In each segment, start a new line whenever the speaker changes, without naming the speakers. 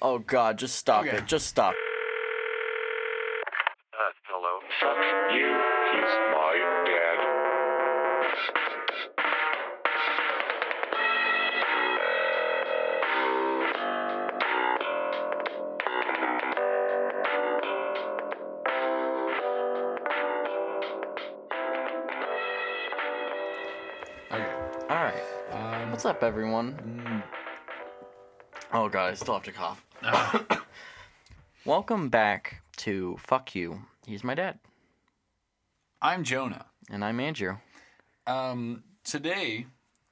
Oh God, just stop
Okay.
it. Just stop.
Uh, hello.
Fuck you. He's my dad.
Okay.
All right.
Um,
What's up, everyone?
mm,
Oh God, I still have to cough.
ah,
Welcome back to Fuck You. He's my dad,
I'm Jonah.
and I'm Andrew.
Um, today,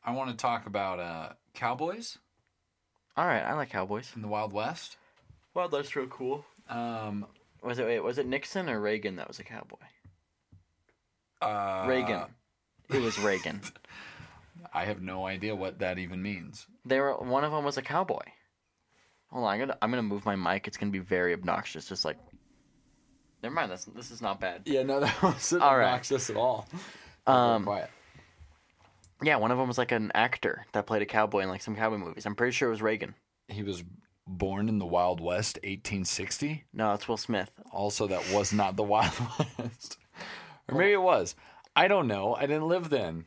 I want to talk about uh, cowboys
All right, I like cowboys.
in the Wild West.
Well, that's real cool.
Um,
Was it? Wait, was it Nixon or Reagan that was a cowboy?
uh,
Reagan. it was Reagan.
I have no idea what that even means.
They were one of them was a cowboy. Hold on, I'm gonna I'm gonna move my mic. It's gonna be very obnoxious. Just like, never mind. That's this is not bad.
Yeah, no, that wasn't
All right.
obnoxious at all.
Um,
quiet.
Yeah, one of them was like an actor that played a cowboy in like some cowboy movies. I'm pretty sure it was Reagan.
He was born in the Wild West, 1860.
No, it's Will Smith.
Also, that was not the Wild West, or maybe it was. I don't know. I didn't live then.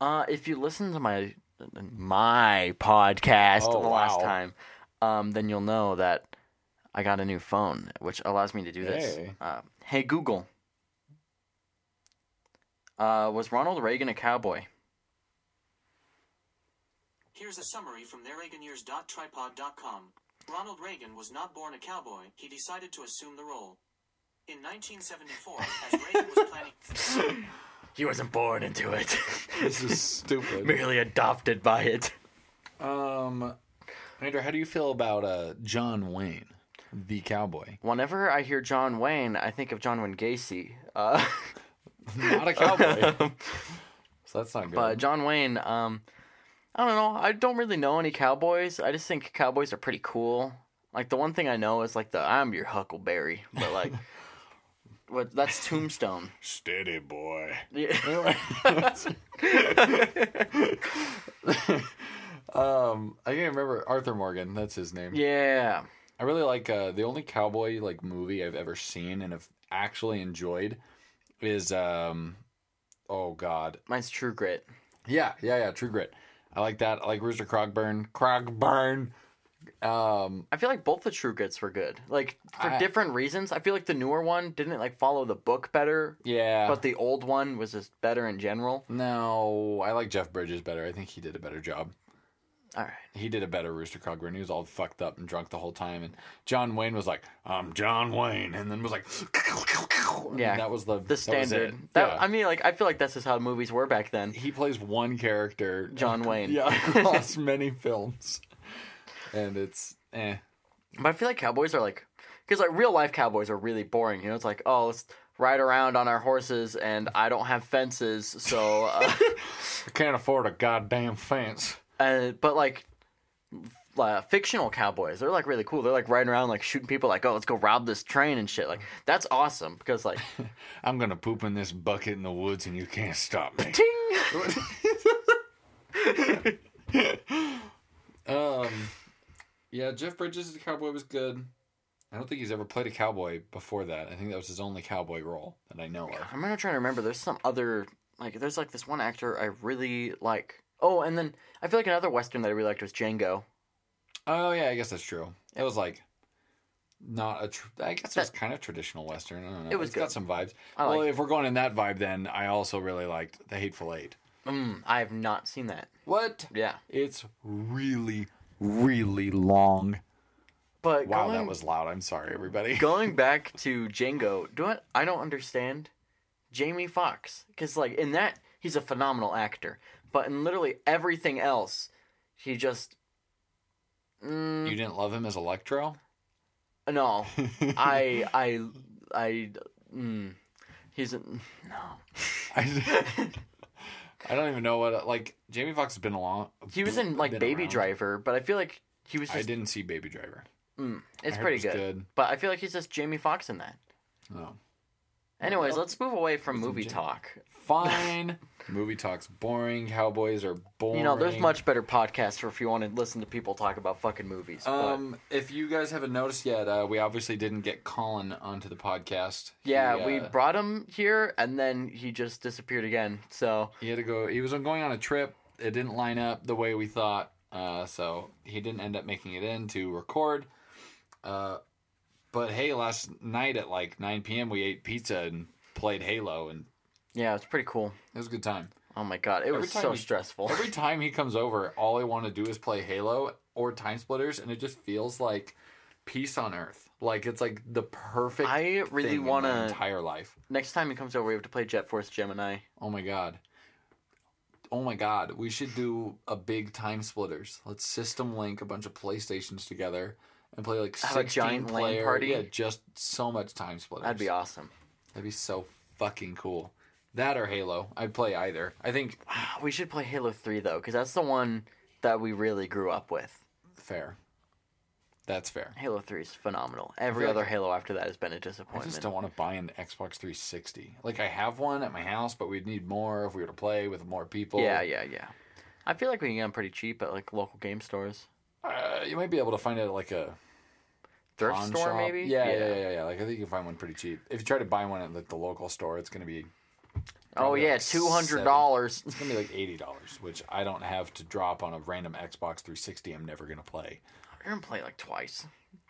Uh, if you listen to my my podcast
Oh,
the last
wow.
time, um, then you'll know that I got a new phone, which allows me to do this.
Hey.
Uh, hey Google, uh, was Ronald Reagan a cowboy?
Here's a summary from thereaganyears.tripod.com. Ronald Reagan was not born a cowboy, he decided to assume the role. In 1974, as Reagan was planning.
He wasn't born into it.
This is stupid.
Merely adopted by it.
um, Andrew, how do you feel about uh, John Wayne, the cowboy?
Whenever I hear John Wayne, I think of John Wayne Gacy. Uh,
Not a cowboy. Um, so that's not good.
but John Wayne, um, I don't know. I don't really know any cowboys. I just think cowboys are pretty cool. Like the one thing I know is like the I'm your Huckleberry, but like, what that's Tombstone.
Steady boy.
Yeah.
um, I can't remember Arthur Morgan. That's his name.
yeah.
I really like uh, the only cowboy like movie I've ever seen and have actually enjoyed is um, oh god,
Mine's True Grit.
yeah, yeah, yeah, True Grit. I like that. I like Rooster Crogburn. Crogburn. Um,
I feel like both the True Grits were good. Like for
I-
different reasons. I feel like the newer one didn't like follow the book better,
yeah.
but the old one was just better in general.
no, I like Jeff Bridges better. I think he did a better job.
All right.
He did a better Rooster Crogburn. He was all fucked up and drunk the whole time. And John Wayne was like, "I'm John Wayne," and then was like, and
Yeah,
that was the
the standard. That, I mean, like I feel like this is how movies were back then.
he plays one character,
John Wayne.
yeah, across many films, and it's eh.
But I feel like cowboys are like, because like real life cowboys are really boring. You know, it's like oh, let's ride around on our horses, and I don't have fences, so. Uh,
I can't afford a goddamn fence.
uh, but like. Uh, fictional cowboys they're like really cool they're like riding around like shooting people like oh let's go rob this train and shit like that's awesome because like
I'm gonna poop in this bucket in the woods, and you can't stop me.
ting
um, yeah, Jeff Bridges as a cowboy was good. I don't think he's ever played a cowboy before that. I think that was his only cowboy role that I know of.
i'm not trying to remember there's some other like there's like this one actor i really like oh and then i feel like another western that i really liked was django
Oh yeah, I guess that's true. It was like not a. Tr- I guess it was kind of traditional western. I don't know.
It was
It's
good.
got some vibes.
I
well,
like
if we're going in that vibe, then I also really liked The Hateful Eight.
mm, i have not seen that
What?
yeah
It's really, really long.
But
Wow,
going,
that was loud. I'm sorry, everybody.
going back to Django. Do I, I don't understand Jamie Foxx because like in that he's a phenomenal actor, but in literally everything else, he just mm,
You didn't love him as Electro?
no. I I I mm, he's a- no.
I, I don't even know what. Like Jamie Foxx has been along.
He was in like
been
Baby
around.
Driver, but I feel like he was
I
just
didn't see Baby Driver.
mm, it's
I heard
pretty
it was Oh.
good.
good.
But I feel like he's just Jamie Foxx in that.
No.
Anyways,
Well,
let's move away from
it's in
movie
jail.
talk.
Fine. Movie talk's boring. Cowboys are boring.
You know, there's much better podcasts for if you want to listen to people talk about fucking movies. but-
Um, if you guys haven't noticed yet, uh, we obviously didn't get Colin onto the podcast. He,
yeah, we
uh,
brought him here and then he just disappeared again. So
he had to go. He was going on a trip. It didn't line up the way we thought, uh, so he didn't end up making it in to record. Uh, but hey, last night at like 9 p.m., we ate pizza and played Halo, and
yeah, it's pretty cool.
it was a good time.
Oh my god, it
Every
was
time
so
we-
stressful.
Every time he comes over, all I want to do is play Halo or Time Splitters, and it just feels like peace on earth. Like it's like the perfect.
I really
thing in my
wanna-
entire life.
Next time he comes over, we have to play Jet Force Gemini.
Oh my god. Oh my god, we should do a big time splitters. Let's system link a bunch of PlayStations together and play like
Have a
16
giant LAN
player.
party?
Yeah, just so much time splitters.
That'd be awesome.
That'd be so fucking cool. That or Halo. I'd play either. I think
Ah, We should play Halo 3 though, because that's the one that we really grew up with.
fair. That's fair.
Halo 3 is phenomenal. Every
feel
other
like-
Halo after that has been a
I
disappointment.
just don't want to buy an Xbox 360. Like I have one at my house, but we'd need more if we were to play with more people.
Yeah, yeah, yeah. I feel like we can get them pretty cheap at like local game stores,
Uh, you might be able to find it at like a
thrift
pawn
store
shop.
maybe.
Yeah, yeah, yeah, yeah, yeah. Like I think you can find one pretty cheap. If you try to buy one at like the local store, it's gonna be
Oh
Probably
yeah,
like
two hundred dollars.
it's gonna be like eighty dollars, which I don't have to drop on a random Xbox 360. I'm never gonna play
You're gonna play like twice.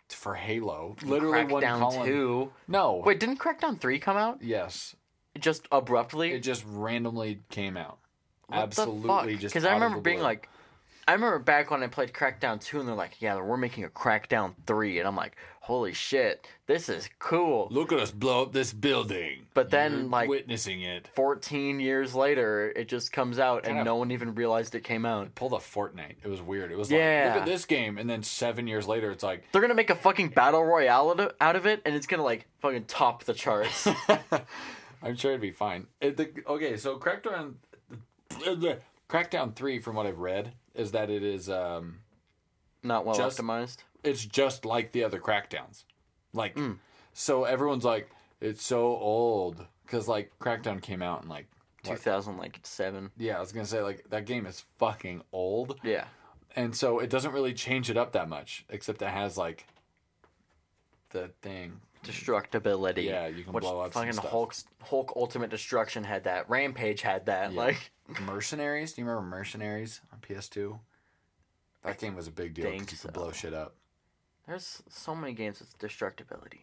for Halo. Literally one
Crackdown
Colin.
two.
No,
Wait, didn't Crackdown three come out
Yes,
just abruptly?
it just randomly came out.
What
Absolutely,
the fuck?
just
I
out of
remember
the
being
blue.
like, I remember back when I played Crackdown two, and they're like, "Yeah, we're making a Crackdown 3. and I'm like, "Holy shit, this is cool."
"Look at us blow up this building."
But then, like-
witnessing it,
14 years later, it just comes out and
Kinda-
no one even realized it came out.
pull the Fortnite. It was weird. It was like,
Yeah.
"Look at this game," and then seven years later, it's like,
They're gonna make a fucking battle royale out of- out of it, and it's gonna like fucking top the charts.
I'm sure it'd be fine. It, the, okay, so Crackdown, Crackdown Three, from what I've read, is that it is um,
Not well
Just-
optimized.
it's just like the other Crackdowns, like
Hmm.
so everyone's like it's so old because like Crackdown came out in like
Two
what?
thousand like seven.
yeah I was gonna say like that game is fucking old
Yeah.
and so it doesn't really change it up that much except it has like the thing
Destructibility.
Yeah, you can
which
blow up some
Fucking
stuff.
Hulk's Hulk Ultimate Destruction had that. Rampage had that.
Yeah.
Like
Mercenaries. Do you remember Mercenaries on PS2? That game was a big deal
think
because you could
so.
blow shit up.
there's so many games with destructibility.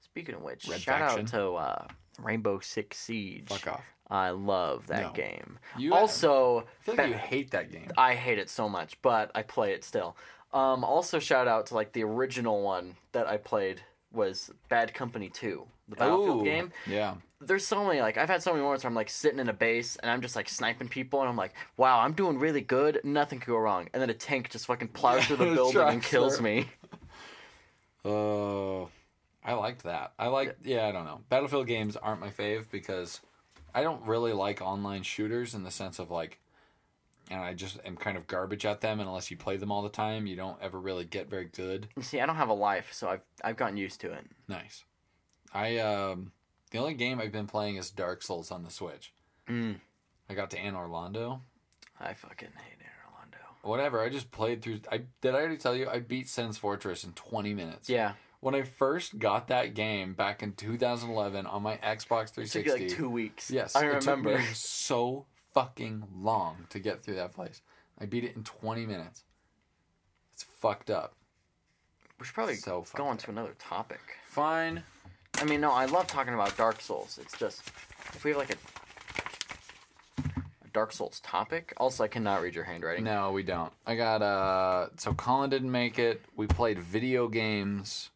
Speaking of which,
Red
shout
Faction.
out to uh, Rainbow Six Siege.
Fuck off.
I love that
No.
game.
You
also,
I feel like you hate that game.
I hate it so much, but I play it still. Um, also, shout out to like the original one that I played was Bad Company Two, the Battlefield
Ooh,
game.
Yeah.
There's so many like I've had so many moments where I'm like sitting in a base and I'm just like sniping people and I'm like, wow, I'm doing really good. Nothing could go wrong. And then a tank just fucking plows through the
Yeah,
building and
tracks
kills
her.
me.
Oh, I liked that. I like. Yeah, I don't know. Battlefield games aren't my fave because I don't really like online shooters in the sense of like, and I just am kind of garbage at them. And unless you play them all the time, you don't ever really get very good.
You see, I don't have a life, so I've I've gotten used to it.
Nice. I um, the only game I've been playing is Dark Souls on the Switch.
Mm.
I got to Anne Orlando.
I fucking hate Air Orlando.
whatever. I just played through. I did. I already tell you. I beat Sin's Fortress in 20 minutes.
Yeah,
When I first got that game back in 2011 on my Xbox 360.
it took you, like two weeks.
Yes,
I
it took me
remember.
so fucking long to get through that place. I beat it in 20 minutes. It's fucked up.
We should probably
So fucked
go on
up.
to another topic.
Fine.
I mean, no, I love talking about Dark Souls. It's just if we have like a, a Dark Souls topic. Also, I cannot read your handwriting.
No, we don't. I got uh. So Colin didn't make it. We played video games.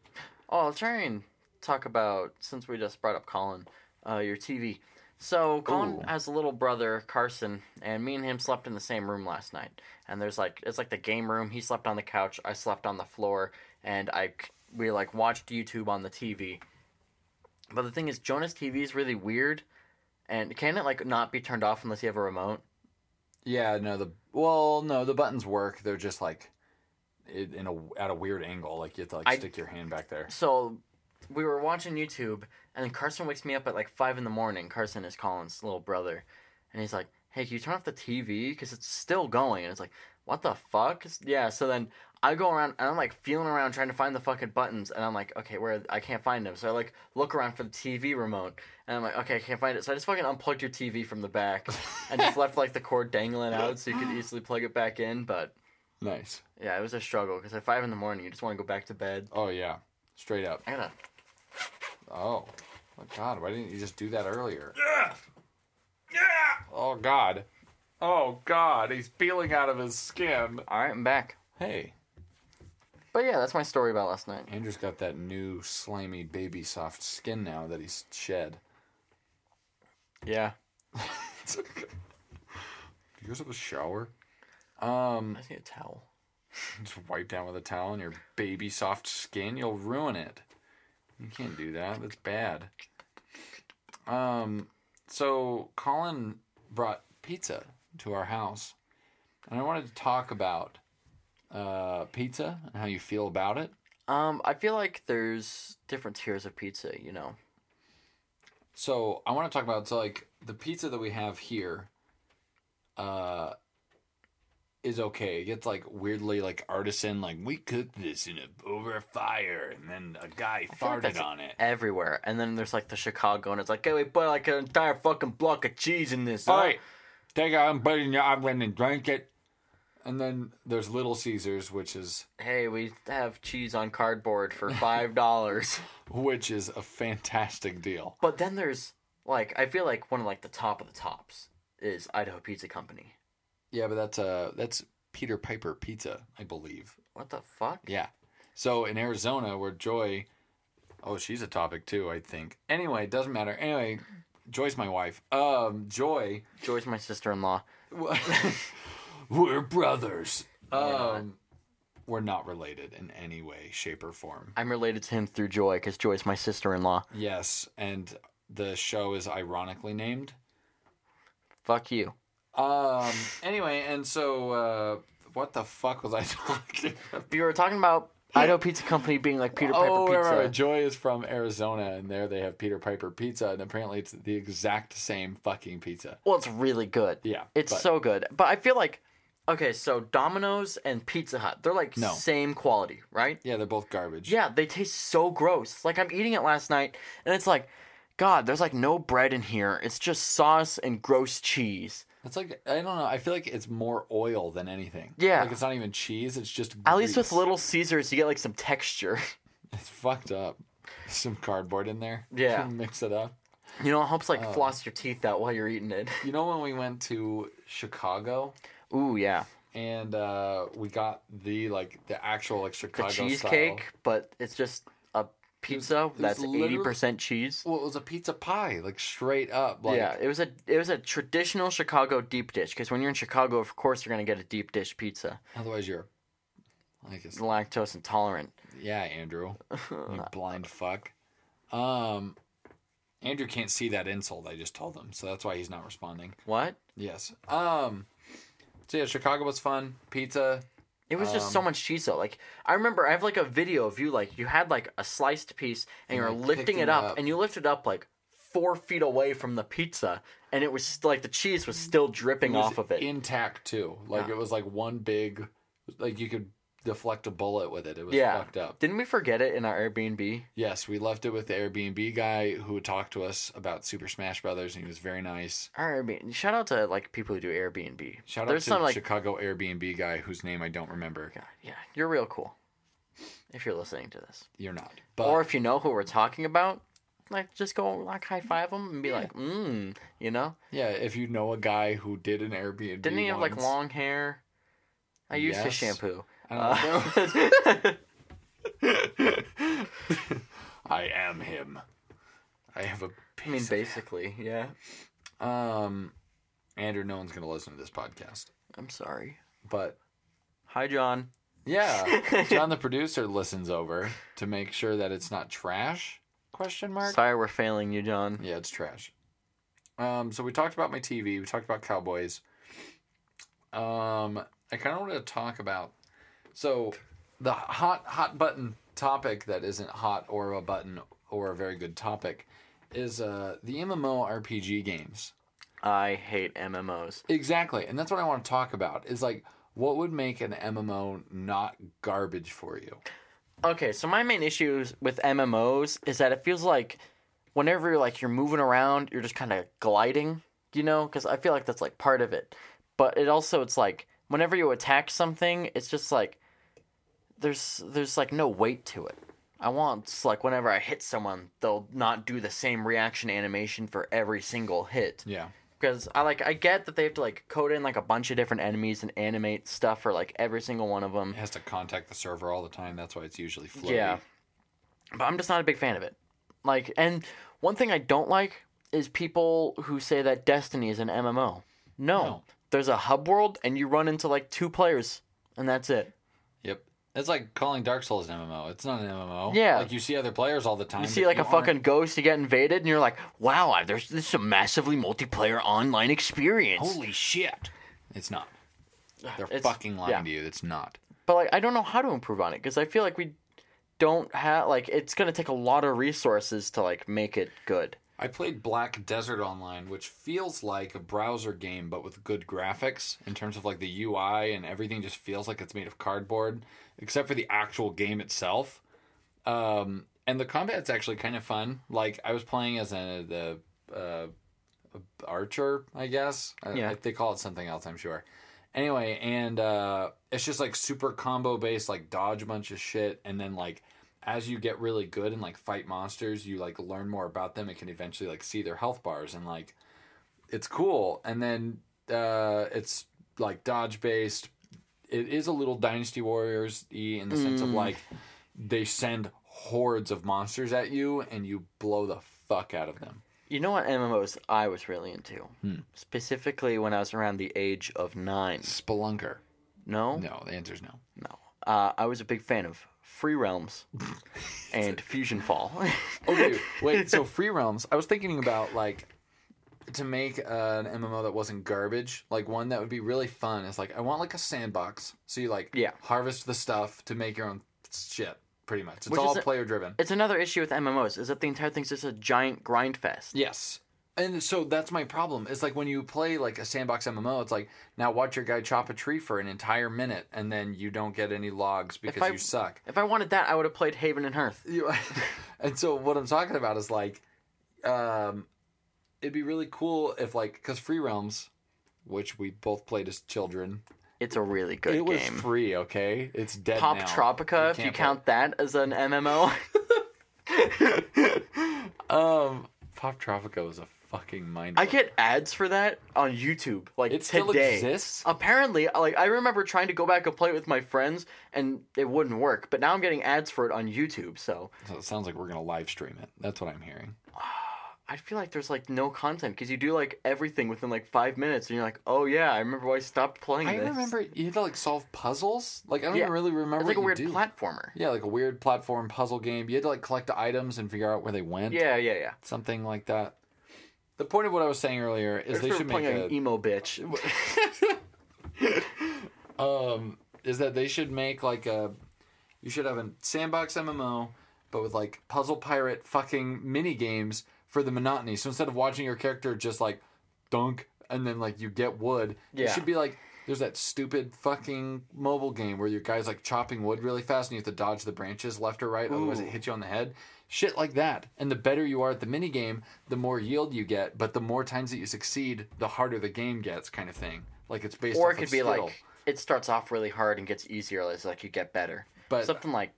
Oh, I'll try and talk about since we just brought up Colin, uh, your TV. So Colin
Ooh.
has a little brother Carson, and me and him slept in the same room last night. And there's like it's like the game room. He slept on the couch. I slept on the floor, and I c- we like watched YouTube on the TV. But the thing is, Jonah's TV is really weird, and can it like not be turned off unless you have a remote?
Yeah, no, the well, no, the buttons work. They're just like it, in a at a weird angle. Like you have to like
I-
stick your hand back there.
So we were watching YouTube, and then Carson wakes me up at like five in the morning. Carson is Colin's little brother, and he's like, "Hey, can you turn off the TV? Because it's still going." And it's like, "What the fuck?" It's- Yeah. So then I go around and I'm like feeling around trying to find the fucking buttons, and I'm like, "Okay, where?" I can't find them. So I like look around for the TV remote, and I'm like, "Okay, I can't find it." So I just fucking unplugged your TV from the back, and just left like the cord dangling out so you could easily plug it back in. But
Nice.
yeah, it was a struggle because at five in the morning you just want to go back to bed.
Oh yeah, straight up.
I gotta
Oh, my God! Why didn't you just do that earlier? Oh God! Oh God! He's peeling out of his skin.
All right, I'm back.
Hey,
But yeah, that's my story about last night.
Andrew's got that new slimy baby soft skin now that he's shed.
Yeah.
It's okay. Do you guys have a shower? Um,
I just need a towel.
just wipe down with a towel on your baby soft skin. You'll ruin it. You can't do that. That's bad. Um, so Colin brought pizza to our house, and I wanted to talk about uh, pizza and how you feel about it.
Um, I feel like there's different tiers of pizza, you know.
So I want to talk about so like the pizza that we have here, uh, is okay. It gets like weirdly like artisan. Like we cooked this in a, over a fire, and then a guy
I feel like
farted
that's
on it.
Everywhere. And then there's like the Chicago, and it's like, hey, we put like an entire fucking block of cheese in this. huh?"
All right, take out and put it in your oven and drink it. And then there's Little Caesars, which is
Hey, we have cheese on cardboard for $5.
which is a fantastic deal.
but then there's like, I feel like one of like the top of the tops is Idaho Pizza Company.
Yeah, but that's uh that's Peter Piper Pizza, I believe.
What the fuck?
Yeah. So in Arizona, where Joy, oh, she's a topic too, I think. Anyway, it doesn't matter. Anyway, Joy's my wife. Um, Joy,
Joy's my sister in law.
we're brothers. Um, we're not related in any way, shape, or form.
I'm related to him through Joy because Joy's my sister in law.
Yes, and the show is ironically named.
Fuck you.
Um, anyway, and so uh, what the fuck was I talking? about?
You were talking about Idaho Pizza Company being like Peter Piper
Oh, right,
Pizza.
right, right. Joy is from Arizona, and there they have Peter Piper Pizza, and apparently it's the exact same fucking pizza.
Well, it's really good.
Yeah,
It's
but-
so good. But I feel like okay, so Domino's and Pizza Hut, they're like
No.
same quality, right?
Yeah, they're both garbage.
Yeah, they taste so gross. Like I'm eating it last night and it's like god, there's like no bread in here. It's just sauce and gross cheese.
It's like I don't know. I feel like it's more oil than anything.
Yeah.
like it's not even cheese. It's just
At least with
grease.
Little Caesars, you get like some texture.
It's fucked up. Some cardboard in there.
Yeah.
mix it up.
You know, it helps
Oh.
like floss your teeth out while you're eating it.
You know when we went to Chicago
Ooh, yeah.
and uh, we got the like the actual like
The
Chicago
cheesecake,
Style.
but it's just a pizza
it was
that's
literally-
80% cheese.
Well, it was a pizza pie, like straight up. Like,
yeah, it was a it was a traditional Chicago deep dish because when you're in Chicago, of course you're gonna get a deep dish pizza.
Otherwise, you're like it's
It's lactose intolerant.
Yeah, Andrew. You blind fuck. Um Andrew can't see that insult I just told him, so that's why he's not responding.
What?
Yes. Um so yeah, Chicago was fun. Pizza.
It was just
Um,
so much cheese though. Like I remember, I have like a video of you like you had like a sliced piece and you're
like,
lifting
picking
it
it
up,
up.
and you lifted up like four feet away from the pizza, and it was st- like the cheese was still dripping
was
off of it.
Intact too. Like
Yeah.
it was like one big like you could deflect a bullet with it. It was
yeah.
fucked up.
Didn't we forget it in our Airbnb?
Yes, we left it with the Airbnb guy who talked to us about Super Smash Brothers and he was very nice.
Our Airbnb. Shout out to like people who do Airbnb.
Shout
There's
out to
some like
Chicago Airbnb guy whose name I don't remember.
God, yeah, you're real cool. If you're listening to this.
You're not. But
or if you know who we're talking about, like just go like high five them and be like, mm, you know.
Yeah, if you know a guy who did an Airbnb,
Didn't he have like
once-
long hair? I used his
Yes.
shampoo.
I, don't know.
Uh,
I am him. I have a
I mean,
piece.
basically, yeah.
um, Andrew, no one's gonna listen to this podcast,
I'm sorry.
but
Hi, John.
yeah, John the producer listens over to make sure that it's not trash. Question mark.
Sorry, we're failing you, John.
Yeah, it's trash. Um, so we talked about my TV. We talked about Cowboys. Um, I kind of want to talk about so the hot hot button topic that isn't hot or a button or a very good topic is uh, the MMORPG games.
I hate MMOs.
Exactly, and that's what I want to talk about. Is like what would make an MMO not garbage for you?
Okay, so my main issues with MMOs is that it feels like whenever like you're moving around, you're just kind of gliding, you know, cuz I feel like that's like part of it. But it also it's like whenever you attack something, it's just like there's there's like no weight to it. I want it's like whenever I hit someone, they'll not do the same reaction animation for every single hit.
Yeah,
because I like I get that they have to like code in like a bunch of different enemies and animate stuff for like every single one of them.
it has to contact the server all the time. That's why it's usually floaty.
Yeah, but I'm just not a big fan of it. Like, and one thing I don't like is people who say that Destiny is an MMO. No,
No.
there's a hub world, and you run into like two players, and that's it.
Yep. It's like calling Dark Souls an MMO. It's not an MMO.
Yeah.
Like you see other players all the time.
You
but
see like a
aren't-
fucking ghost, you get invaded, and you're like, wow, I- there's this is a massively multiplayer online experience.
Holy shit. It's not. They're
It's-
fucking lying
yeah.
to you. It's not.
but like I don't know how to improve on it because I feel like we don't have like it's gonna take a lot of resources to like make it good.
I played Black Desert Online, which feels like a browser game, but with good graphics in terms of like the UI and everything just feels like it's made of cardboard, except for the actual game itself. Um, and the combat's actually kind of fun. Like I was playing as a the uh, archer, I guess. I-
Yeah.
I- they call it something else, I'm sure. Anyway, and uh, it's just like super combo based, like dodge a bunch of shit, and then like as you get really good and like fight monsters, you like learn more about them and can eventually like see their health bars and like it's cool. And then uh, it's like dodge based. It is a little Dynasty Warriors y in the sense of like they send hordes of monsters at you and you blow the fuck out of them.
You know what MMOs I was really into
Hmm.
specifically when I was around the age of nine.
Spelunker.
No,
No, the answer's no.
No. Uh, I was a big fan of Free Realms and Fusion Fall.
Okay, Oh, wait. So free realms. I was thinking about like to make an MMO that wasn't garbage, like one that would be really fun. Is like I want like a sandbox, so you like
Yeah.
harvest the stuff to make your own shit. Pretty much, it's
Which
all
is a-
player driven.
it's another issue with MMOs is that the entire thing's just a giant grind fest.
Yes. And so that's my problem. It's like when you play like a sandbox MMO, it's like now watch your guy chop a tree for an entire minute and then you don't get any logs because
I-
you suck.
If I wanted that, I would have played Haven and Hearth.
You- and so what I'm talking about is like, um, it'd be really cool if like because Free Realms, which we both played as children,
It's a really good
it
game.
was free. Okay, it's dead.
Pop
now.
Tropica, if you
can't play it.
count that as an MMO.
um, Pop Tropica was a fucking mind.
I get ads for that on YouTube. Like
it
today.
still exists.
Apparently, uh, like I remember trying to go back and play it with my friends, and it wouldn't work. But now I'm getting ads for it on YouTube, so
So it sounds like we're gonna live stream it. That's what I'm hearing.
I feel like there's like no content because you do like everything within like five minutes, and you're like, oh yeah, I remember why I stopped playing.
I
this.
remember you had to like solve puzzles. Like I don't
Yeah.
even really remember.
It's like a
what
weird
you do.
platformer.
Yeah, like a weird platform puzzle game. You had to like collect the items and figure out where they went.
Yeah, yeah, yeah.
something like that. The point of what I was saying earlier is
They
they should make
playing
a,
an emo bitch.
um is that they should make like a you should have a sandbox MMO but with like puzzle pirate fucking mini games for the monotony. So instead of watching your character just like dunk and then like you get wood, it
Yeah.
should be like there's that stupid fucking mobile game where your guy's like chopping wood really fast and you have to dodge the branches left or right, otherwise it hits you on the head. Shit like that. And the better you are at the mini game, the more yield you get, but the more times that you succeed, the harder the game gets, kind of thing. Like it's based
Or
off
it could
of
be
skill.
like it starts off really hard and gets easier as like you get better.
But-
something like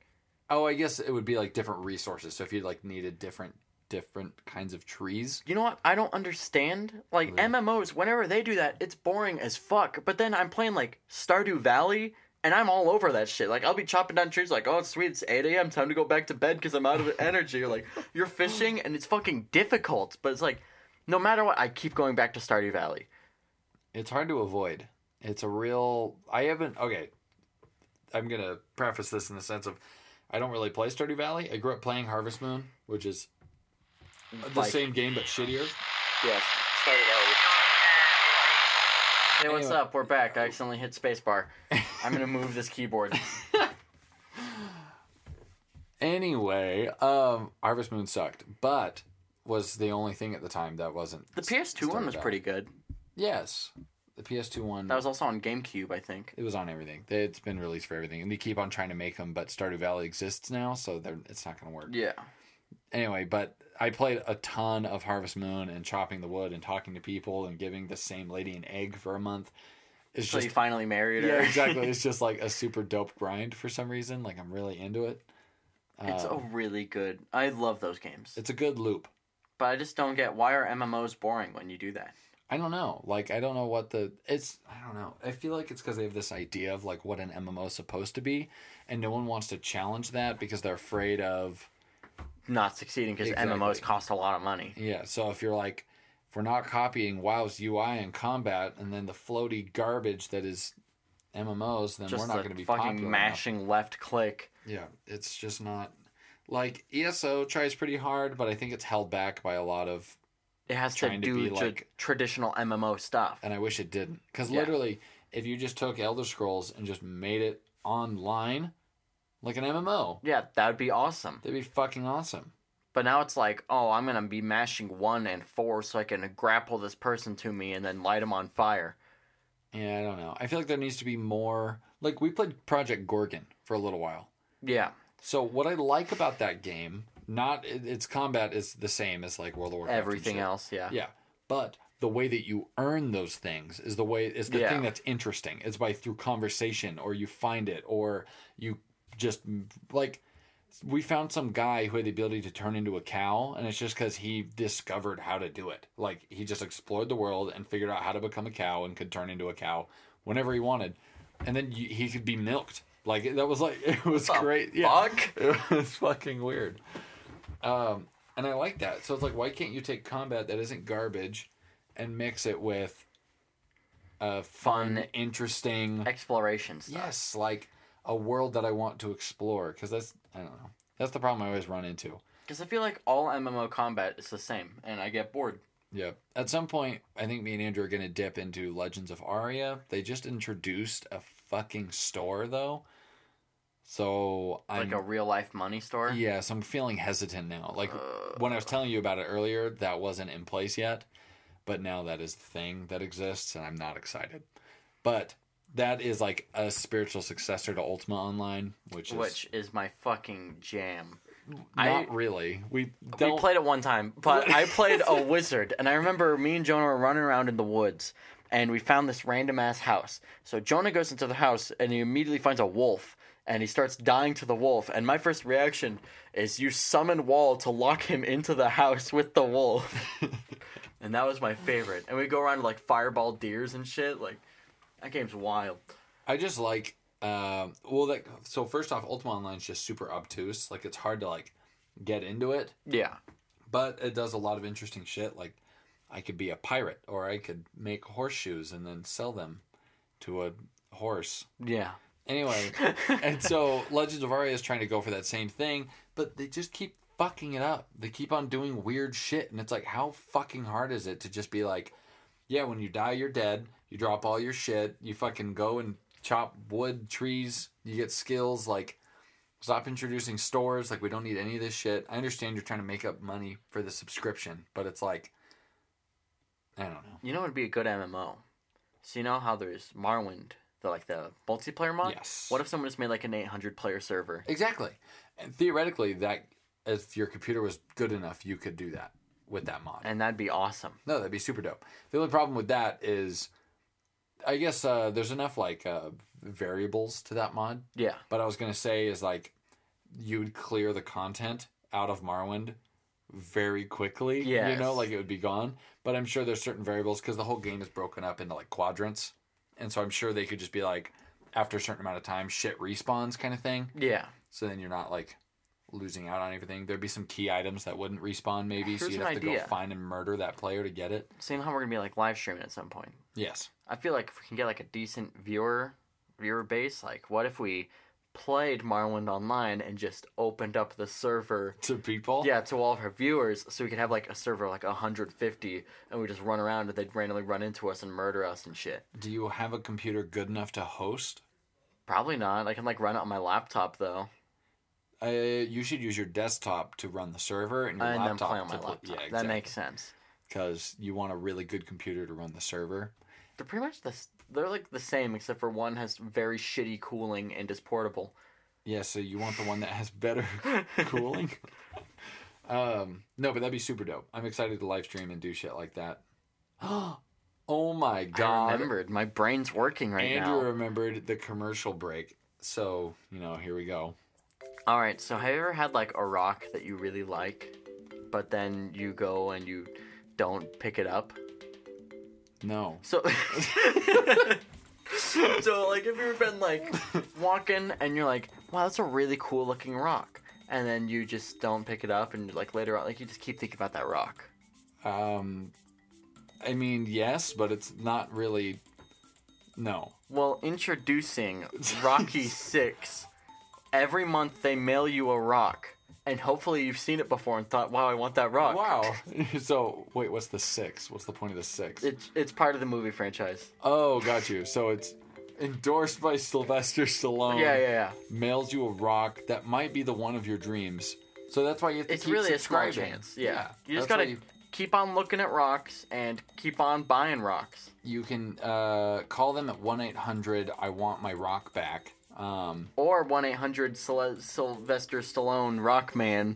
Oh, I guess it would be like different resources. So if you like needed different different kinds of trees,
You know what? I don't understand. Like MMOs, whenever they do that, it's boring as fuck. But then I'm playing like Stardew Valley, and I'm all over that shit. Like I'll be chopping down trees, like oh it's sweet, it's eight a.m. time to go back to bed because I'm out of energy. Or, like you're fishing, and it's fucking difficult. But it's like, no matter what, I keep going back to Stardew Valley.
it's hard to avoid. It's a real. I haven't. Okay, I'm gonna preface this in the sense of I don't really play Stardew Valley. I grew up playing Harvest Moon, which is the
Like-
same game but shittier.
Yes, Stardew Valley. Hey, what's
Anyway.
up? We're back. I accidentally hit spacebar. I'm gonna move this keyboard.
Anyway, um, Harvest Moon sucked, but was the only thing at the time that wasn't.
The PS2 one
started
was
out.
pretty good.
Yes, the PS2 one.
That was also on GameCube, I think.
it was on everything. They- It's been released for everything, and they keep on trying to make them. But Stardew Valley exists now, so they're, it's not going to work.
Yeah.
Anyway, but I played a ton of Harvest Moon and chopping the wood and talking to people and giving the same lady an egg for a month. It's
So
just
you finally married her.
yeah, exactly. It's just like a super dope grind for some reason. Like I'm really into it.
it's a
Um,
really good. I love those games,
it's a good loop.
but I just don't get why are MMOs boring when you do that.
I don't know. Like I don't know what the it's I don't know. I feel like it's cuz they have this idea of like what an MMO is supposed to be and no one wants to challenge that because they're afraid of
Not succeeding because MMOs
Exactly.
cost a lot of money.
yeah, so if you're like if we're not copying WoW's UI and combat and then the floaty garbage that is MMOs, then
just
we're not
the
going to be popular
fucking
enough.
mashing left click.
Yeah, it's just not like ESO tries pretty hard, but I think it's held back by a lot of
It has to
Trying to
do
be
to
like-
traditional MMO stuff.
and I wish it didn't. Because
Yeah.
literally, if you just took Elder Scrolls and just made it online, like an MMO,
Yeah, that would be awesome.
that'd be fucking awesome.
But now it's like, oh, I'm gonna be mashing one and four so I can grapple this person to me and then light them on fire.
Yeah, I don't know. I feel like there needs to be more. Like we played Project Gorgon for a little while.
Yeah,
So what I like about that game, not it- its combat is the same as like World of Warcraft. and
everything
shit.
else. Yeah.
Yeah, but the way that you earn those things is the way is the
Yeah.
thing that's interesting. It's by through conversation, or you find it, or you just like we found some guy who had the ability to turn into a cow, and it's just because he discovered how to do it. Like he just explored the world and figured out how to become a cow and could turn into a cow whenever he wanted, and then you, he could be milked. Like that was like it was
the
great. Yeah,
fuck?
it was fucking weird. Um, and I like that. So it's like, why can't you take combat that isn't garbage and mix it with uh, fun,
Fun.
interesting,
Exploration stuff.
yes, like a world that I want to explore? Because that's, I don't know, that's the problem I always run into.
Because I feel like all MMO combat is the same, and I get bored.
Yeah. At some point, I think me and Andrew are going to dip into Legends of Aria. They just introduced a fucking store, though. So I'm
Like a real life money store.
Yeah, so I'm feeling hesitant now. Like when I was telling you about it earlier, that wasn't in place yet, but now that is the thing that exists, and I'm not excited. But that is like a spiritual successor to Ultima Online, which is
Which is my fucking jam. I-
not really. We don't.
We played it one time, but I played a wizard, and I remember me and Jonah were running around in the woods, and we found this random ass house. So Jonah goes into the house, and he immediately finds a wolf, and he starts dying to the wolf. And my first reaction is you summon Wall to lock him into the house with the wolf, and that was my favorite. And we go around to, like fireball deers and shit. Like that game's wild.
I just like. Um, well, that so first off, Ultima Online is just super obtuse. Like it's hard to like get into it.
Yeah,
but it does a lot of interesting shit like i could be a pirate or i could make horseshoes and then sell them to a horse
yeah.
anyway and so legends of aria is trying to go for that same thing but they just keep fucking it up they keep on doing weird shit and it's like how fucking hard is it to just be like yeah when you die you're dead you drop all your shit you fucking go and chop wood trees you get skills like Stop introducing stores. Like, we don't need any of this shit. I understand you're trying to make up money for the subscription, but it's like, I don't know.
You know, it'd be a good MMO. So you know how there's Morrowind, the like the multiplayer mod.
Yes.
What if someone just made like an 800 player server?
Exactly. And theoretically, that if your computer was good enough, you could do that with that mod.
And that'd be awesome.
No, that'd be super dope. The only problem with that is, I guess uh, there's enough like uh, variables to that mod
Yeah.
But I was gonna say is like you would clear the content out of Morrowind very quickly. You
Yes.
know, like it would be gone. But I'm sure there's certain variables because the whole game is broken up into like quadrants. And so I'm sure they could just be like, after a certain amount of time, shit respawns kind of thing.
Yeah.
So then you're not like losing out on everything. There'd be some key items that wouldn't respawn maybe, so
Here's
you'd
an
have to go
idea.
find and murder that player to get it.
Seeing how we're gonna be like live streaming at some point.
Yes.
I feel like if we can get like a decent viewer viewer base, like what if we played Morrowind online and just opened up the server
To people.
yeah, to all of our viewers, so we could have like a server of, like 150, and we just run around and they'd randomly run into us and murder us and shit.
Do you have a computer good enough to host?
Probably not. I can like run it on my laptop though.
Uh, you should use your desktop to run the server and your
and then
laptop
play on my
to play-
laptop.
Yeah,
That
exactly.
makes sense.
because you want a really good computer to run the server.
They're pretty much the s- they're like the same except for one has very shitty cooling and is portable.
Yeah, so you want the one that has better cooling. um, no, but that'd be super dope. I'm excited to live stream and do shit like that. oh my
I
god!
remembered. My brain's working right
Andrew
now.
remembered the commercial break. So you know, here we go.
All right. So have you ever had like a rock that you really like, but then you go and you don't pick it up?
No,
So, so like if you've been like walking and you're like, wow, that's a really cool looking rock, and then you just don't pick it up, and like later on, like you just keep thinking about that rock.
um, I mean yes, but it's not really. No,
Well, introducing Rocky Six. Every month they mail you a rock, and hopefully you've seen it before and thought, wow, I want that rock.
Wow. so wait, what's the six? What's the point of the six?
It's it's part of the movie franchise.
oh, got you. So it's endorsed by Sylvester Stallone.
yeah, yeah, yeah.
Mails you a rock that might be the one of your dreams. So that's why you have to
It's
keep
really a small
subscribing.
chance. Yeah. you
that's
just
why
gotta
you,
keep on looking at rocks and keep on buying rocks.
you can uh, call them at one eight hundred. I want my rock back. Um,
or 1 800 Sylvester Stallone Rockman.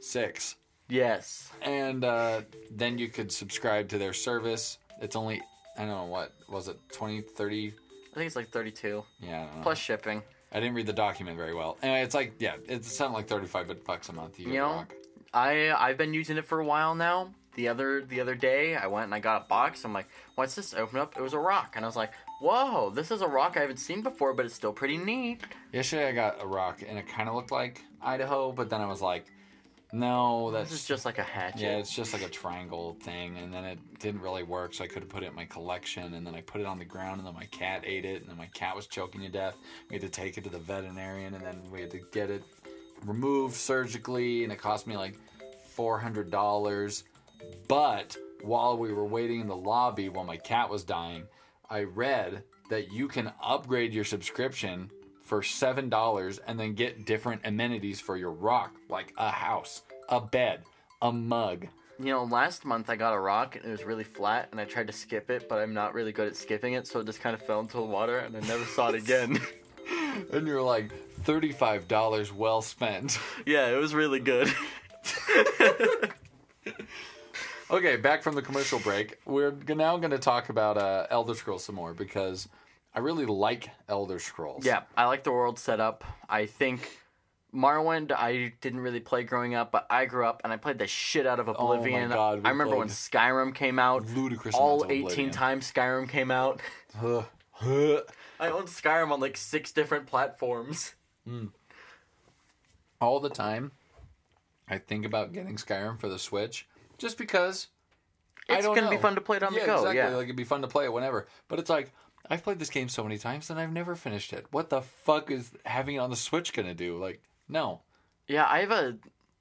six.
Yes.
and uh, then you could subscribe to their service. It's only I don't know what was it 20, 30?
I think it's like 32
Yeah, I don't know.
plus shipping.
I didn't read the document very well. Anyway, it's like yeah, it's something like thirty-five bucks a month. You,
You know?
rock.
I I've been using it for a while now. The other the other day I went and I got a box. I'm like, what's this? I opened up. It was a rock, and I was like, whoa, this is a rock I haven't seen before, but it's still pretty neat.
Yesterday I got a rock, and it kind of looked like Idaho, but then I was like, no, that's
This is just like a hatchet.
yeah, it's just like a triangle thing, and then it didn't really work, so I could have put it in my collection, and then I put it on the ground, and then my cat ate it, and then my cat was choking to death. We had to take it to the veterinarian, and then we had to get it removed surgically, and it cost me like four hundred dollars. But while we were waiting in the lobby while my cat was dying, I read that you can upgrade your subscription for seven dollars and then get different amenities for your rock, like a house, a bed, a mug.
You know, last month I got a rock and it was really flat, and I tried to skip it, but I'm not really good at skipping it, so it just kind of fell into the water, and I never saw it again.
And you're like, thirty-five dollars well spent.
yeah, it was really good.
okay, back from the commercial break. We're g- now going to talk about uh, Elder Scrolls some more because I really like Elder Scrolls.
Yeah, I like the world setup. I think Morrowind I didn't really play growing up, but I grew up and I played the shit out of
Oh my
Oblivion.
God, we
I remember when
played
Skyrim came out.
ludicrous
All
amounts of
18
Oblivion.
times Skyrim came out.
Huh, huh.
I owned Skyrim on like six different platforms.
all the time I think about getting Skyrim for the Switch just because I
It's
don't
gonna be
know.
fun to play it on the go.
Exactly.
Yeah.
Like it'd be fun to play it whenever. But it's like I've played this game so many times and I've never finished it. What the fuck is having it on the Switch gonna do? Like, no.
yeah, I have a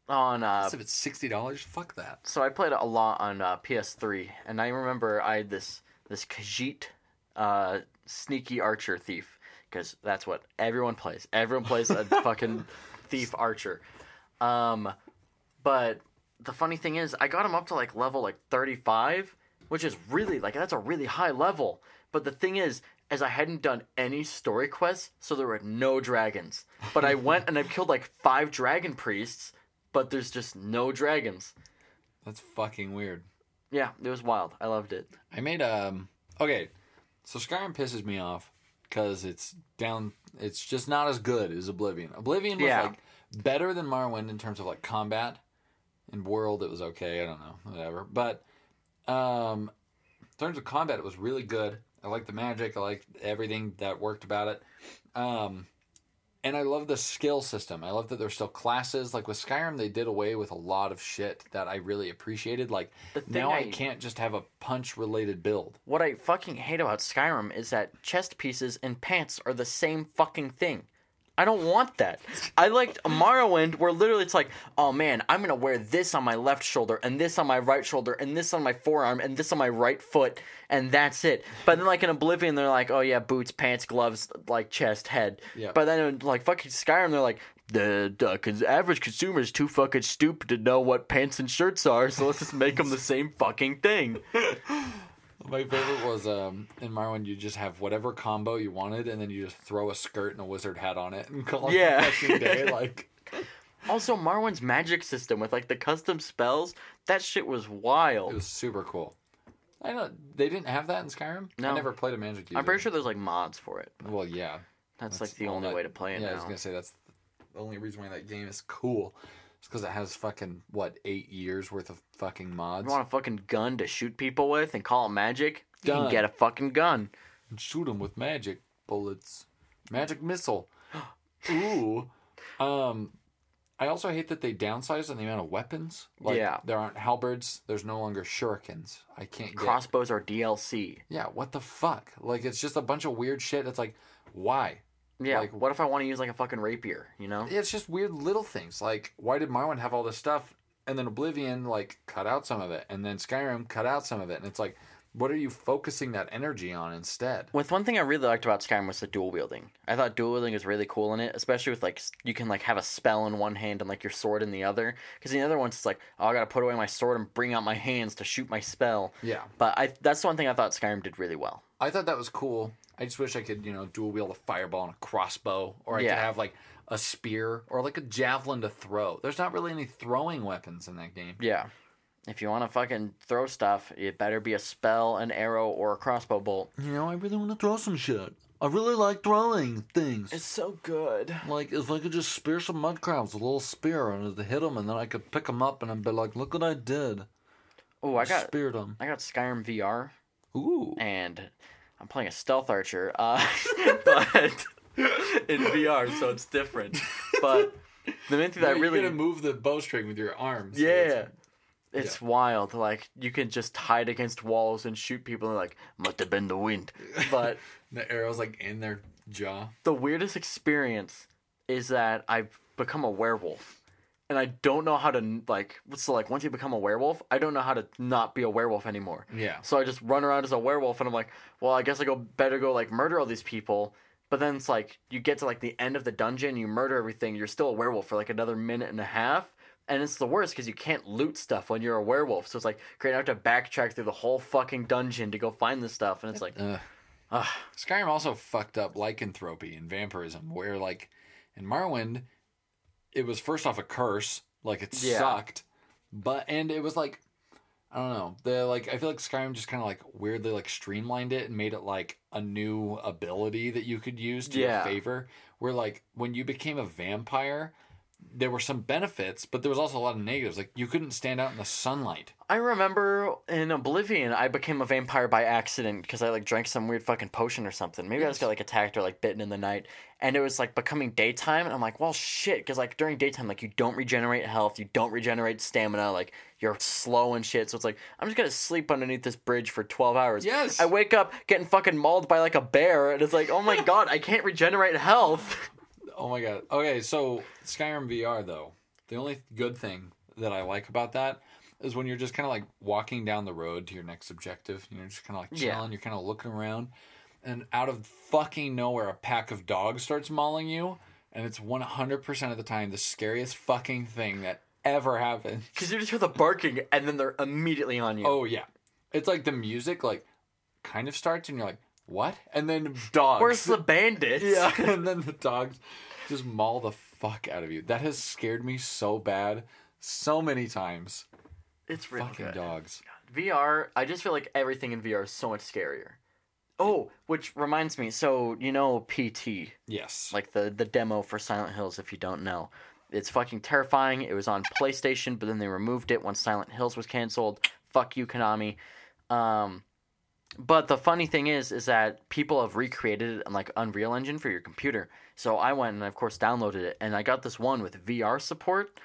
on uh
If it's sixty dollars, fuck that.
so I played it a lot on uh, PS3, and I remember I had this this Khajiit, uh, sneaky archer thief, because that's what everyone plays. Everyone plays a fucking thief archer. Um, but the funny thing is, I got him up to like level like 35, which is really like that's a really high level. But the thing is, as I hadn't done any story quests, so there were no dragons. But I went and I killed like five dragon priests, but there's just no dragons.
That's fucking weird.
Yeah, it was wild. I loved it.
I made um okay. So Skyrim pisses me off because it's down. It's just not as good as Oblivion. Oblivion was
Yeah.
like better than Morrowind in terms of like combat. In world, it was okay. I don't know, whatever. But um, in terms of combat, it was really good. I liked the magic. I liked everything that worked about it. Um, and I love the skill system. I love that there's still classes. Like with Skyrim, they did away with a lot of shit that I really appreciated. Like
The thing
now I,
I-
can't just have a punch related build.
What I fucking hate about Skyrim is that chest pieces and pants are the same fucking thing. I don't want that. I liked Morrowind where literally it's like, oh man, I'm gonna wear this on my left shoulder and this on my right shoulder and this on my forearm and this on my right foot and that's it. But then like in Oblivion they're like, oh yeah, boots, pants, gloves, like chest, head.
Yeah.
But then in, like fucking Skyrim they're like, the because average consumer is too fucking stupid to know what pants and shirts are, so let's just make them the same fucking thing.
My favorite was um, in Marwin, you just have whatever combo you wanted, and then you just throw a skirt and a wizard hat on it and call it
Yeah.
a fucking day. Like,
Also, Marwin's magic system with like the custom spells, that shit was
it
wild.
was super cool. I know they didn't have that in Skyrim.
No.
I never played a magic user.
I'm pretty sure there's like mods for it.
Well, yeah,
That's,
That's
like the
all
only
that-
way to play it
yeah. I was
now.
gonna say that's the only reason why that game is cool. It's because it has fucking what eight years worth of fucking
You
mods.
want a fucking gun to shoot people with and call it magic? You can
Done.
get a fucking gun.
and shoot them with magic bullets, magic missile. Ooh. Um, I also hate that they downsized on the amount of weapons. Like,
Yeah.
There aren't halberds. There's no longer shurikens. I can't get.
Crossbows are DLC.
yeah. What the fuck? Like, it's just a bunch of weird shit. It's like, why?
Yeah.
Like-
what if I want to use like a fucking rapier? You know?
It's just weird little things. Like, why did Marwin have all this stuff and then Oblivion like cut out some of it, and then Skyrim cut out some of it, and it's like, what are you focusing that energy on instead?
With one thing I really liked about Skyrim was the dual wielding. I thought dual wielding was really cool in it, especially with like s- you can like have a spell in one hand and like your sword in the other. Because in the other ones, it's like oh, I gotta put away my sword and bring out my hands to shoot my spell.
Yeah.
But I that's the one thing I thought Skyrim did really well.
I thought that was cool. I just wish I could, you know, dual wield a fireball and a crossbow, or I
Yeah.
could have like a spear or like a javelin to throw. There's not really any throwing weapons in that game.
Yeah. If you want to fucking throw stuff, it better be a spell, an arrow, or a crossbow bolt.
You know, I really want to throw some shit. I really like throwing things.
so good.
like if I could just spear some mud crabs with a little spear and it'd hit them, and then I could pick them up and I'd be like, "Look what I did!
Oh, I got
speared them."
I got Skyrim VR,
Ooh,
and I'm playing a stealth archer, uh, but in VR, so it's different. But the main thing that really,
move the bowstring with your arms.
yeah, it's wild. Like you can just hide against walls and shoot people, and like must have been the wind. But
the arrows like in their jaw.
the weirdest experience is that I've become a werewolf. And I don't know how to like. So like, once you become a werewolf, I don't know how to not be a werewolf anymore.
Yeah.
So I just run around as a werewolf, and I'm like, well, I guess I go better go like murder all these people. But then it's like you get to like the end of the dungeon, you murder everything, you're still a werewolf for like another minute and a half, and it's the worst because you can't loot stuff when you're a werewolf. So it's like great, I have to backtrack through the whole fucking dungeon to go find this stuff, and it's like,
Ugh.
ugh,
Skyrim also fucked up lycanthropy and vampirism, where like in Morrowind, it was first off a curse, like it
Yeah.
sucked, but and it was like I don't know, the like I feel like Skyrim just kind of like weirdly like streamlined it and made it like a new ability that you could use to
Yeah.
your favor. Where like when you became a vampire, there were some benefits, but there was also a lot of negatives. Like you couldn't stand out in the sunlight.
I remember in Oblivion, I became a vampire by accident because I like drank some weird fucking potion or something. Maybe I just got like attacked or like bitten in the night, and it was like becoming daytime, and I'm like, well, shit, because like during daytime, like you don't regenerate health, you don't regenerate stamina, like you're slow and shit. So it's like I'm just gonna sleep underneath this bridge for 12 hours.
Yes.
I wake up getting fucking mauled by like a bear, and it's like, oh my god, I can't regenerate health.
Oh my god. Okay, so Skyrim VR though, the only good thing that I like about that is when you're just kind of like walking down the road to your next objective. and You're just kind of like
Yeah.
chilling. You're kind of looking around, and out of fucking nowhere, a pack of dogs starts mauling you, and it's 100% of the time the scariest fucking thing that ever happened.
Because you just hear the barking, and then they're immediately on you.
Oh yeah, it's like the music like kind of starts, and you're like, what? And then dogs.
where's the bandits?
Yeah, and then the dogs just maul the fuck out of you. That has scared me so bad, so many times.
it's really
Fucking
good.
dogs.
VR, I just feel like everything in VR is so much scarier. Oh, which reminds me, so you know PT,
Yes.
like the the demo for Silent Hills if you don't know. It's fucking terrifying. It was on PlayStation, but then they removed it once Silent Hills was canceled. Fuck you, Konami. Um but the funny thing is is that people have recreated it on like Unreal Engine for your computer. So I went and of course downloaded it and I got this one with VR support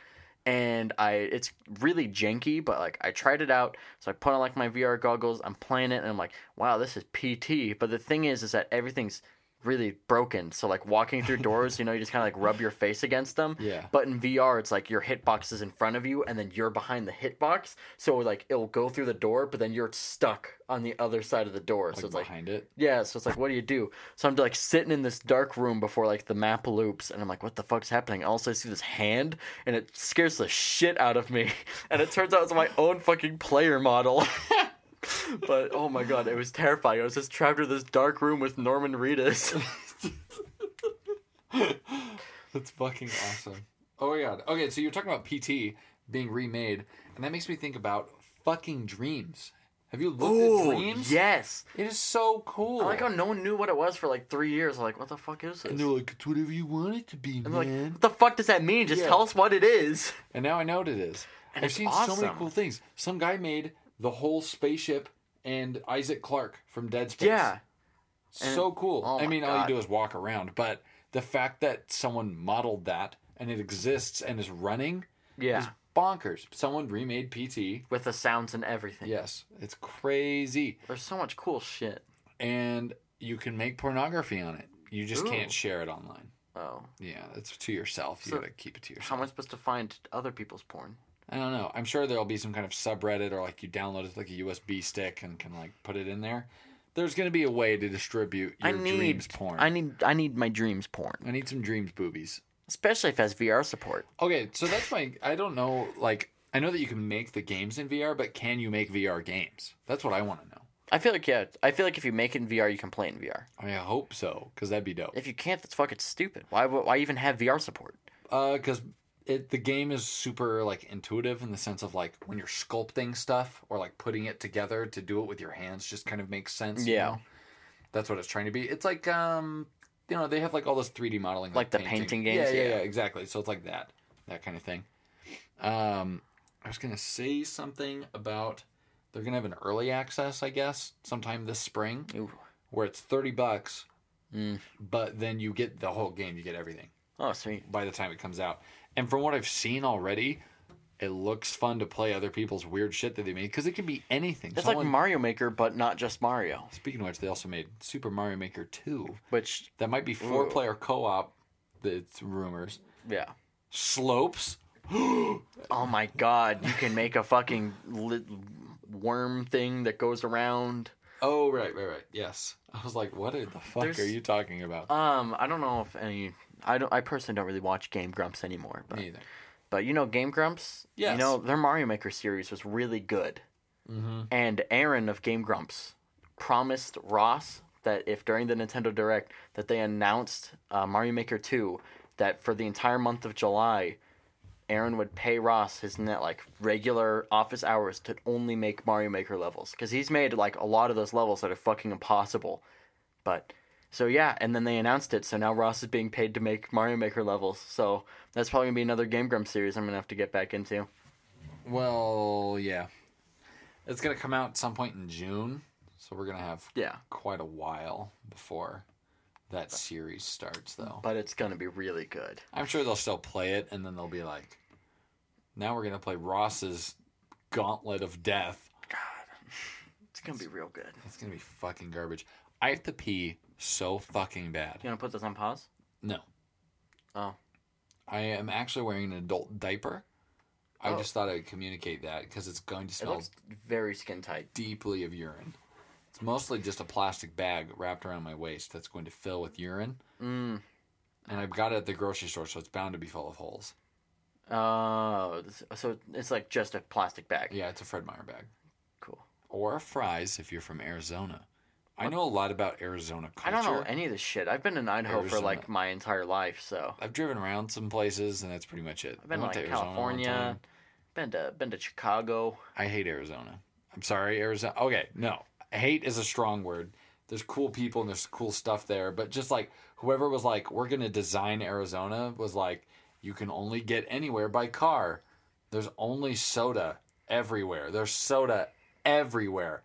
and I it's really janky, but like I tried it out. So I put on like my VR goggles, I'm playing it, and I'm like, wow, this is PT. But the thing is, is that everything's really broken. So like walking through doors, you know, you just kind of like rub your face against them.
Yeah.
But in VR, it's like your hitbox is in front of you, and then you're behind the hitbox. So like it'll go through the door, but then you're stuck on the other side of the door.
Like
so it's like
behind it.
yeah, so it's like, what do you do? So I'm like sitting in this dark room before like the map loops, and I'm like, what the fuck's happening? Also, I see this hand, and it scares the shit out of me. And it turns out it's my own fucking player model. but oh my god, it was terrifying. I was just trapped in this dark room with Norman Reedus.
That's fucking awesome. Oh my god. Okay, so you're talking about PT being remade, and that makes me think about fucking dreams. Have you looked at dreams?
yes.
It is so cool.
I like how no one knew what it was for like three years. I'm like, what the fuck is this?
and they're like, it's whatever you want it to be,
I'm like,
man.
what the fuck does that mean? Just
Yeah.
tell us what it is.
and now I know what it is.
And
I've
it's
seen so many
awesome.
cool things. Some guy made the whole spaceship and Isaac Clarke from Dead Space.
Yeah.
so cool.
oh
I
my
mean, all you
God.
do is walk around, but the fact that someone modeled that and it exists and is running
Yeah.
is bonkers. Someone remade PT.
With the sounds and everything.
Yes, it's crazy,
There's so much cool shit.
and you can make pornography on it. You just
Ooh.
can't share it online.
Oh.
Yeah, it's to yourself. You
So-
gotta keep it to
How
yourself.
am I supposed to find other people's porn?
I don't know. I'm sure there'll be some kind of subreddit or like you download it like a USB stick and can like put it in there. There's gonna be a way to distribute your
I need
dreams porn.
I need I need my dreams porn,
I need some dreams boobies.
especially if it has VR support.
Okay, so that's my. I don't know. Like, I know that you can make the games in VR, but can you make VR games? That's what I want to know.
I feel like yeah, I feel like if you make it in VR, you can play it in VR.
I mean, I hope so, because that'd be dope.
If you can't, that's fucking stupid. Why would- why even have VR support?
Because Uh, it the game is super like intuitive in the sense of like when you're sculpting stuff or like putting it together to do it with your hands just kind of makes sense. you
Yeah.
know? that's what it's trying to be. It's like um, you know, they have like all this 3D modeling,
Like the painting games,
yeah, yeah,
yeah.
yeah, exactly. So it's like that, that kind of thing. Um, I was gonna say something about they're gonna have an early access, I guess, sometime this spring,
Ooh.
where it's thirty bucks,
Mm.
but then you get the whole game, you get everything
Oh sweet.
by the time it comes out. And from what I've seen already, it looks fun to play other people's weird shit that they made because it can be anything.
It's
Someone-
like Mario Maker, but not just Mario.
Speaking of which, they also made Super Mario Maker Two.
Which
That might be four
Ooh.
player co op. It's rumors.
yeah.
Slopes.
Oh my god, you can make a fucking lit worm thing that goes around.
Oh right, right, right. Yes. I was like, what the fuck
There's-
are you talking about?
Um, I don't know if any. I don't. I personally don't really watch Game Grumps anymore. But
Neither.
But you know, Game Grumps.
Yes.
You know, their Mario Maker series was really good. And Aaron of Game Grumps promised Ross that if during the Nintendo Direct that they announced uh, Mario Maker Two, that for the entire month of July, Aaron would pay Ross his net like regular office hours to only make Mario Maker levels because he's made like a lot of those levels that are fucking impossible. But so yeah, and then they announced it, so now Ross is being paid to make Mario Maker levels. So that's probably gonna be another Game Grumps series I'm gonna have to get back into.
Well, yeah. It's gonna come out some point in June, so we're gonna have
Yeah,
quite a while before that series starts, though.
but it's gonna be really good.
I'm sure they'll still play it, and then they'll be like, "Now we're gonna play Ross's Gauntlet of Death."
It's gonna be real good.
It's gonna be fucking garbage. I have to pee so fucking bad.
You wanna put this on pause?
No.
Oh.
I am actually wearing an adult diaper. I
Oh.
just thought I'd communicate that because it's going to
It
smell
looks very skin tight.
deeply of urine. It's mostly just a plastic bag wrapped around my waist that's going to fill with urine.
Mm.
And I've got it at the grocery store, so it's bound to be full of holes.
Oh, this- so it's like just a plastic bag.
Yeah, it's a Fred Meyer bag.
Cool.
Or fries if you're from Arizona. I know a lot about Arizona
I
culture.
don't know any of this shit. I've been in Idaho for
Arizona.
like my entire life, so
I've driven around some places, and that's pretty much it.
I've been
I
to
went
like
to Arizona one
California,
time.
been to been to Chicago.
I hate Arizona. I'm sorry, Arizona. Okay, no. Hate is a strong word. There's cool people and there's cool stuff there, but just like whoever was like, we're going to design Arizona was like, you can only get anywhere by car. There's only soda everywhere. There's soda everywhere.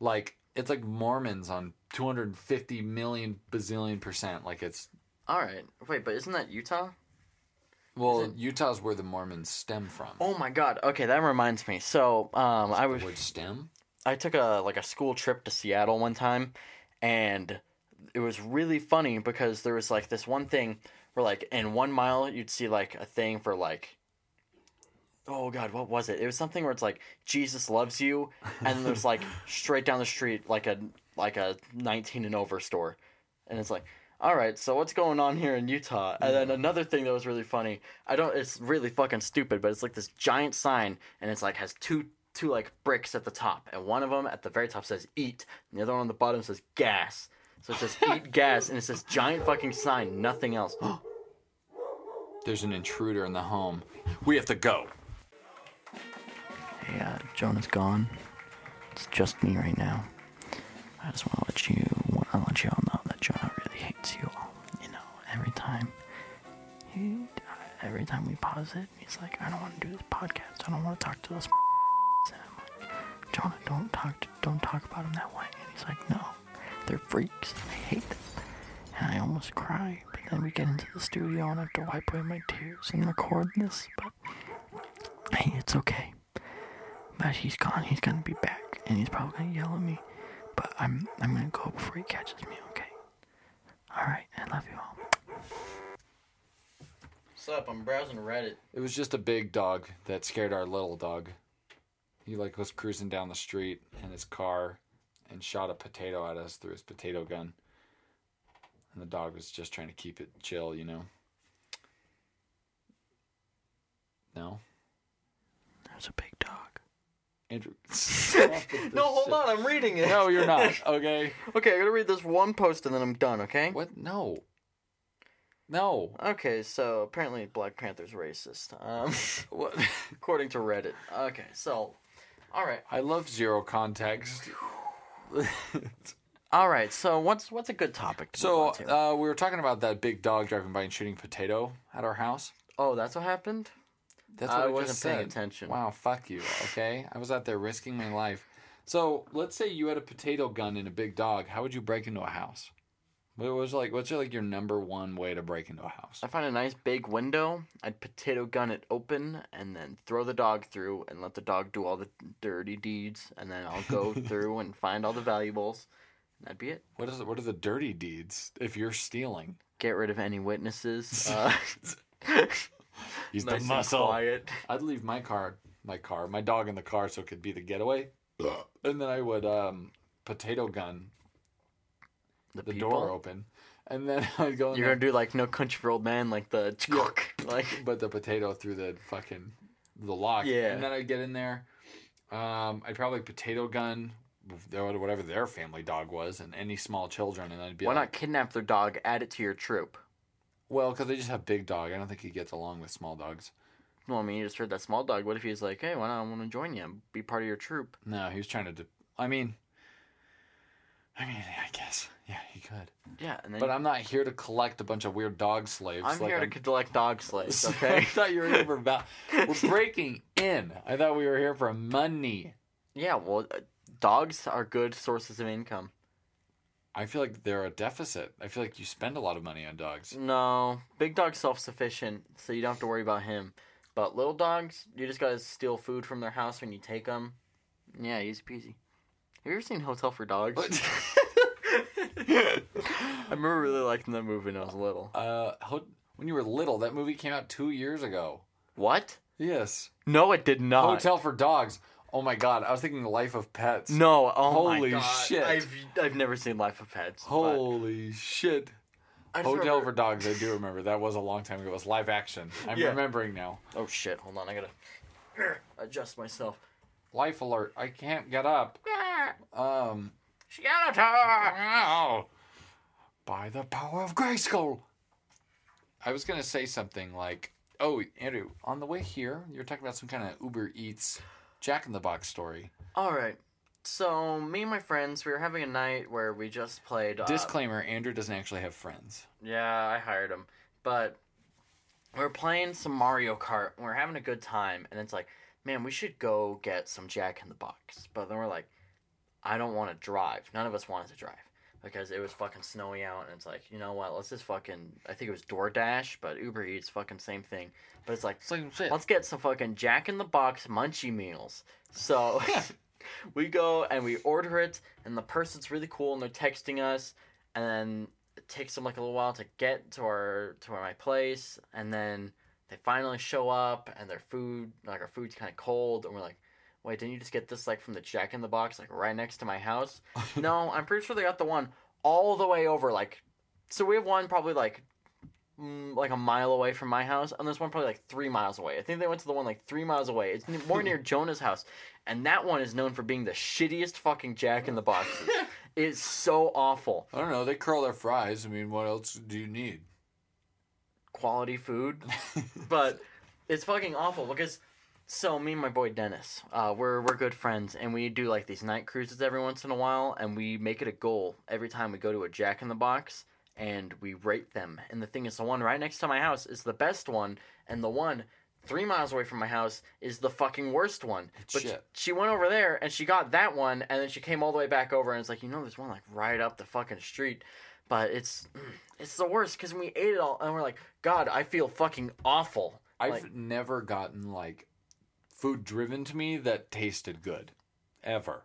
Like, it's like Mormons on 250 million bazillion percent. Like, it's,
All right, wait, but isn't that Utah?
well,
Is it-
Utah's where the Mormons stem from.
Oh my God. Okay, that reminds me. So um, I was
The word stem?
I took a like a school trip to Seattle one time, and it was really funny because there was like this one thing where like in one mile you'd see like a thing for like oh god what was it it was something where it's like jesus loves you and there's like straight down the street like a like a 19 and over store and it's like all right so what's going on here in utah and then another thing that was really funny i don't it's really fucking stupid but it's like this giant sign and it's like has two two like bricks at the top and one of them at the very top says eat and the other one on the bottom says gas so it says eat gas and it's this giant fucking sign nothing else
There's an intruder in the home. We have to go.
Hey, uh, Jonah's gone. It's just me right now. I just want to let you, want to let you all know that Jonah really hates you all. You know, every time, he, uh, every time we pause it, he's like, I don't want to do this podcast. I don't want to talk to those. And I'm like, Jonah, don't talk, to, don't talk about him that way. And he's like, No, they're freaks. And I hate them. And I almost cry, but then we get into the studio and I have to wipe away my tears and record this. But hey, it's okay but he's gone. He's gonna be back, and he's probably gonna yell at me. But I'm I'm gonna go before he catches me. Okay. All right. I love you all. What's up? I'm browsing Reddit.
It was just a big dog that scared our little dog. He like was cruising down the street in his car and shot a potato at us through his potato gun. And the dog was just trying to keep it chill, you know. No.
There's a big dog.
Andrew. stop with this shit.
I'm reading it.
No, you're not. Okay.
okay, I'm gonna read this one post and then I'm done. Okay.
What? No. No.
Okay, so apparently Black Panther's racist. Um,
What?
according to Reddit. Okay, so. All right.
I love zero context.
All right. So what's what's a good topic to move
so
on to?
uh, we were talking about that big dog driving by and shooting potato at our house.
oh, that's what happened.
That's
I
what I,
wasn't
just
paying
said.
attention.
Wow, fuck you. Okay, I was out there risking my life. So let's say you had a potato gun and a big dog. How would you break into a house? What was like? What's like your number one way to break into a house?
I find a nice big window. I'd potato gun it open and then throw the dog through and let the dog do all the dirty deeds. And then I'll go through and find all the valuables. And that'd be it.
What is? What are the dirty deeds if you're stealing?
Get rid of any witnesses. Uh,
He's
nice and quiet.
I'd leave my car, my car, my dog in the car, so it could be the getaway. and then I would um, potato gun
The,
the
people.
door open, and then I'd go. In
You're
there,
gonna do like no country for old man, like the like
but the potato through the fucking the lock.
Yeah.
And then I'd get in there. Um, I'd probably potato gun their- whatever their family dog was and any small children, and I'd be
why
like,
not kidnap their dog, add it to your troop?
well, because they just have big dog. I don't think he gets along with small dogs.
Well, I mean, you just heard that small dog. What if he's like, hey, why not? I want to join you, and be part of your troop.
No, he was trying to. De- I mean, I mean, I guess yeah, he could.
Yeah, and then
But I'm not here to collect a bunch of weird dog slaves.
I'm
like
here to collect dog slaves. Okay.
I thought you were here for about. We're breaking in. I thought we were here for money.
Yeah, well, uh, dogs are good sources of income.
I feel like they're a deficit. I feel like you spend a lot of money on dogs.
No, big dog's self sufficient, so you don't have to worry about him. But little dogs, you just gotta steal food from their house when you take them. Yeah, easy peasy. Have you ever seen Hotel for Dogs? I remember really liking that movie when I was little.
uh, ho- when you were little, that movie came out two years ago.
What?
Yes,
No, it did not.
Hotel for Dogs. Oh my God, I was thinking Life of Pets.
No, oh my
Holy
god.
shit.
I've, I've never seen Life of Pets. but
Holy shit.
I just
Hotel
remember-
for Dogs, I do remember. That was a long time ago. It was live action. I'm
Yeah.
remembering now.
Oh shit, hold on, I gotta adjust myself.
Life alert. I can't get up. Um,
Skeletor!
Wow. By the power of Grayskull. I was going to say something like, oh, Andrew, on the way here, you were talking about some kind of Uber Eats Jack in the Box story.
All right. So me and my friends, we were having a night where we just played. Uh,
Disclaimer Andrew doesn't actually have friends.
yeah, I hired him, but we were playing some Mario Kart. And we were having a good time, and it's like, man, we should go get some Jack in the Box. But then we're like, I don't want to drive. None of us wanted to drive because it was fucking snowy out, and it's like, you know what? Let's just fucking. I think it was DoorDash, but Uber Eats, fucking same thing. But it's like,
Same shit.
Let's get some fucking Jack in the Box munchie meals. So we go and we order it, and the person's really cool, and they're texting us, and then it takes them like a little while to get to our to my place, and then they finally show up, and their food like our food's kind of cold, and we're like, wait, didn't you just get this like from the Jack in the Box like right next to my house? no, I'm pretty sure they got the one all the way over like, so we have one probably like. mm, Like a mile away from my house, and there's one probably like three miles away. I think they went to the one like three miles away. It's more near Jonah's house, and that one is known for being the shittiest fucking Jack in the Boxes. it's so awful.
I don't know. They curl their fries. I mean, what else do you need?
quality food, but it's fucking awful because. So me and my boy Dennis, uh, we're we're good friends, and we do like these night cruises every once in a while, and we make it a goal every time we go to a Jack in the Box, and we rate them. And the thing is, the one right next to my house is the best one, and the one three miles away from my house is the fucking worst one. But
Shit.
she went over there and she got that one, and then she came all the way back over, and it's like you know there's one like right up the fucking street, but it's it's the worst because we ate it all and we're like, God, I feel fucking awful.
I've
Like-
never gotten like food driven to me that tasted good, ever.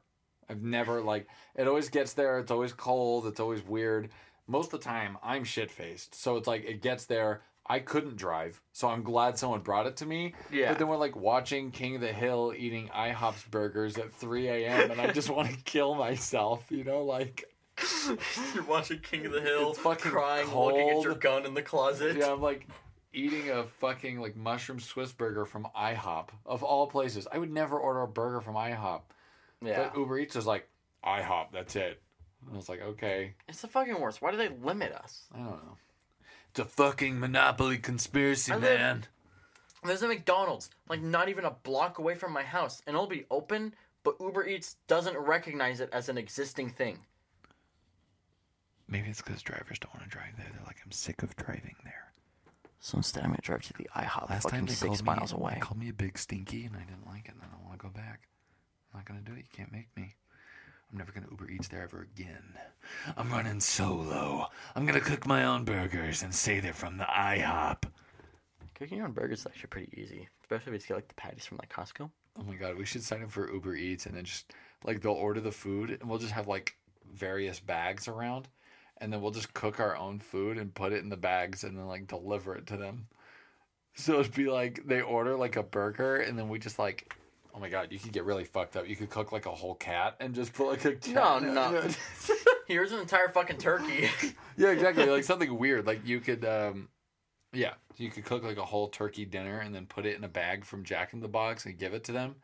I've never like it. Always gets there. It's always cold. It's always weird. Most of the time, I'm shit faced. So it's like it gets there. I couldn't drive, so I'm glad someone brought it to me.
Yeah.
But then we're like watching King of the Hill eating IHOP's burgers at 3 a.m. and I just want to kill myself. You know, like
You're watching King of the Hill,
It's fucking crying, looking at your cold.
gun in the closet.
Yeah, I'm like eating a fucking like mushroom Swiss burger from IHOP of all places. I would never order a burger from IHOP.
Yeah.
But Uber Eats is like IHOP, that's it. And I was like, okay,
It's the fucking worst. Why do they limit us?
I don't know. It's a fucking monopoly conspiracy,
I live- There's a McDonald's, like not even a block away from my house, and it'll be open, but Uber Eats doesn't recognize it as an existing thing.
Maybe it's because drivers don't want to drive there. They're like, I'm sick of driving there.
So instead, I'm gonna drive to the IHOP,
Last
fucking
time they
six
called
miles
me,
away.
They called me a big stinky, and I didn't like it. And I don't want to go back. I'm not gonna do it. You can't make me. I'm never gonna Uber Eats there ever again. I'm running solo. I'm gonna cook my own burgers and say they're from the IHOP.
Cooking your own burgers is actually pretty easy, especially if you get like the patties from like Costco.
Oh my god, we should sign up for Uber Eats and then just like they'll order the food and we'll just have like various bags around, and then we'll just cook our own food and put it in the bags and then like deliver it to them. So it'd be like they order like a burger and then we just like, oh my god, you could get really fucked up. You could cook like a whole cat and just put like a cat.
No,
in
no.
it.
Here's an entire fucking turkey.
yeah, exactly. Like something weird. Like you could, um, yeah, you could cook like a whole turkey dinner and then put it in a bag from Jack in the Box and give it to them,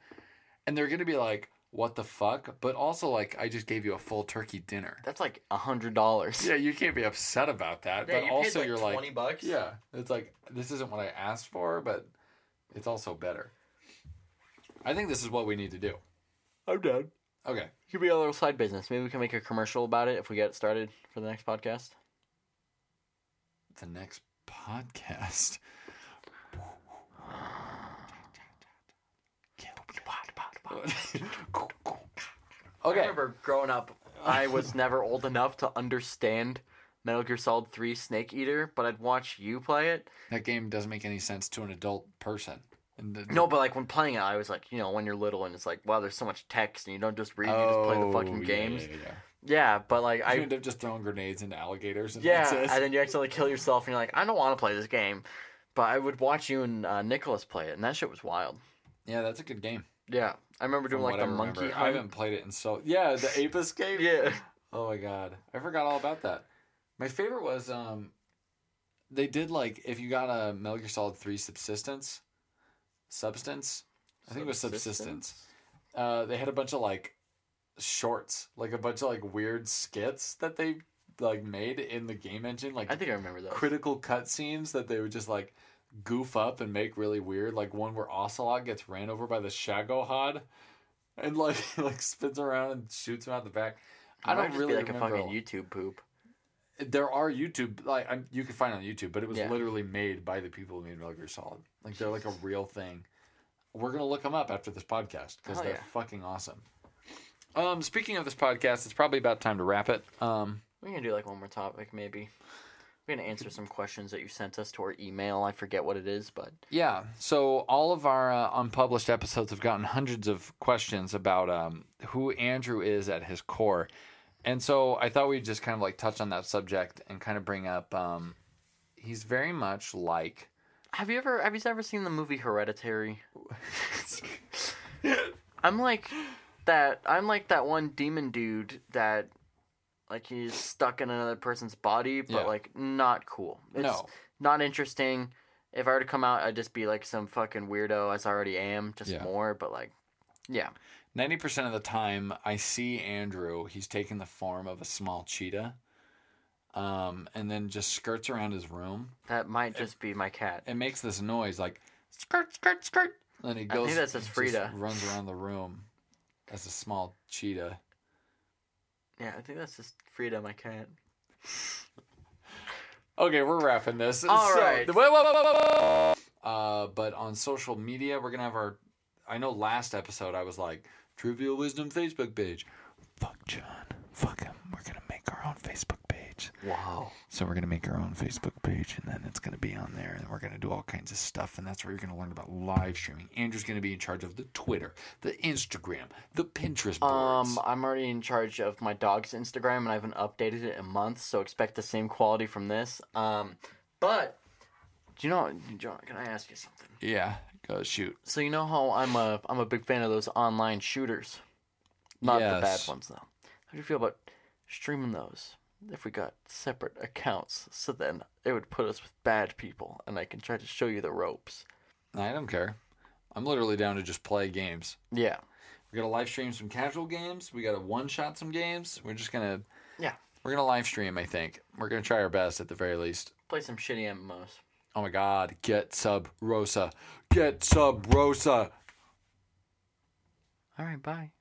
and they're gonna be like, "What the fuck?" But also like, I just gave you a full turkey dinner.
That's like a hundred dollars.
Yeah, you can't be upset about that. but also, you're like,
twenty bucks.
yeah, it's like this isn't what I asked for, but it's also better. I think this is what we need to do.
I'm done.
Okay,
It could be a little side business. Maybe we can make a commercial about it if we get it started for the next podcast.
the next podcast.
I
okay.
remember growing up, I was never old enough to understand Metal Gear Solid Three Snake Eater, but I'd watch you play it.
That game doesn't make any sense to an adult person. And the-
No, but like when playing it, I was like, you know, when you're little and it's like, wow, there's so much text and you don't just read, you just play the
Oh,
fucking
yeah,
games.
Yeah, yeah,
Yeah, but like
I
I
end up just throwing grenades into alligators. And
Yeah,
that's it.
and then you accidentally kill yourself, and you're like, I don't want to play this game. But I would watch you and uh, Nicholas play it, and that shit was wild.
yeah, that's a good game.
Yeah, I remember doing
from
like
what
the
I remember.
monkey
I
hunt.
haven't played it in so. Yeah, the ape escape.
Yeah,
Oh my god, I forgot all about that. My favorite was um, they did like if you got a Metal Gear Solid Three subsistence, substance. I think it was subsistence. Uh, they had a bunch of like shorts, like a bunch of like weird skits that they like made in the game engine, like
I think I remember those.
critical cutscenes that they would just like goof up and make really weird. Like one where Ocelot gets ran over by the Shagohod and like like spins around and shoots him out the back. I
It might
don't
just
really
be like
remember.
a fucking YouTube poop.
There are YouTube like I'm, you can find it on YouTube, but it was
Yeah.
literally made by the people who made Metal Gear Solid. Like they're like a real thing. We're gonna look them up after this podcast because
Hell
they're
yeah.
fucking awesome. Um, speaking of this podcast, it's probably about time to wrap it. Um,
We're gonna do like one more topic, maybe. We're gonna answer some questions that you sent us to our email. I forget what it is, but
Yeah. So all of our uh, unpublished episodes have gotten hundreds of questions about um, who Andrew is at his core. And so I thought we'd just kind of like touch on that subject and kind of bring up. Um, he's very much like.
Have you ever have you ever seen the movie Hereditary? I'm like that I'm like that one demon dude that like he's stuck in another person's body but
Yeah.
like not cool. It's
No.
not interesting. If I were to come out I'd just be like some fucking weirdo as I already am, just
Yeah.
more, but like yeah.
Ninety percent of the time, I see Andrew. He's taking the form of a small cheetah, um, and then just skirts around his room
That might just be my cat.
it makes this noise like skirt, skirt, skirt. And he
I
goes.
think that's his
just
Frida.
Runs around the room as a small cheetah.
Yeah, I think that's just Frida, my cat.
Okay, we're wrapping this.
All
So-
right.
Whoa, whoa, whoa, whoa, whoa. Uh, but on social media, we're gonna have our. I know last episode I was like Trivial Wisdom Facebook page. Fuck John. Fuck him. We're gonna make our own Facebook page.
Wow.
So we're gonna make our own Facebook page, and then it's gonna be on there, and we're gonna do all kinds of stuff, and that's where you're gonna learn about live streaming. Andrew's gonna be in charge of the Twitter, the Instagram, the Pinterest boards.
Um, I'm already in charge of my dog's Instagram, and I haven't updated it in months, so expect the same quality from this. Um, but do you know, John? Can I ask you something?
yeah, go shoot.
So you know how I'm a I'm a big fan of those online shooters, not the
Yes.
bad ones though. How do you feel about streaming those? If we got separate accounts, so then it would put us with bad people, and I can try to show you the ropes.
I don't care. I'm literally down to just play games.
Yeah,
We're gonna live stream some casual games. We gotta one shot some games. We're just gonna
yeah.
we're gonna live stream. I think we're gonna try our best at the very least.
Play some shitty MMOs.
Oh my God! Get sub Rosa. Get sub Rosa.
All right, bye.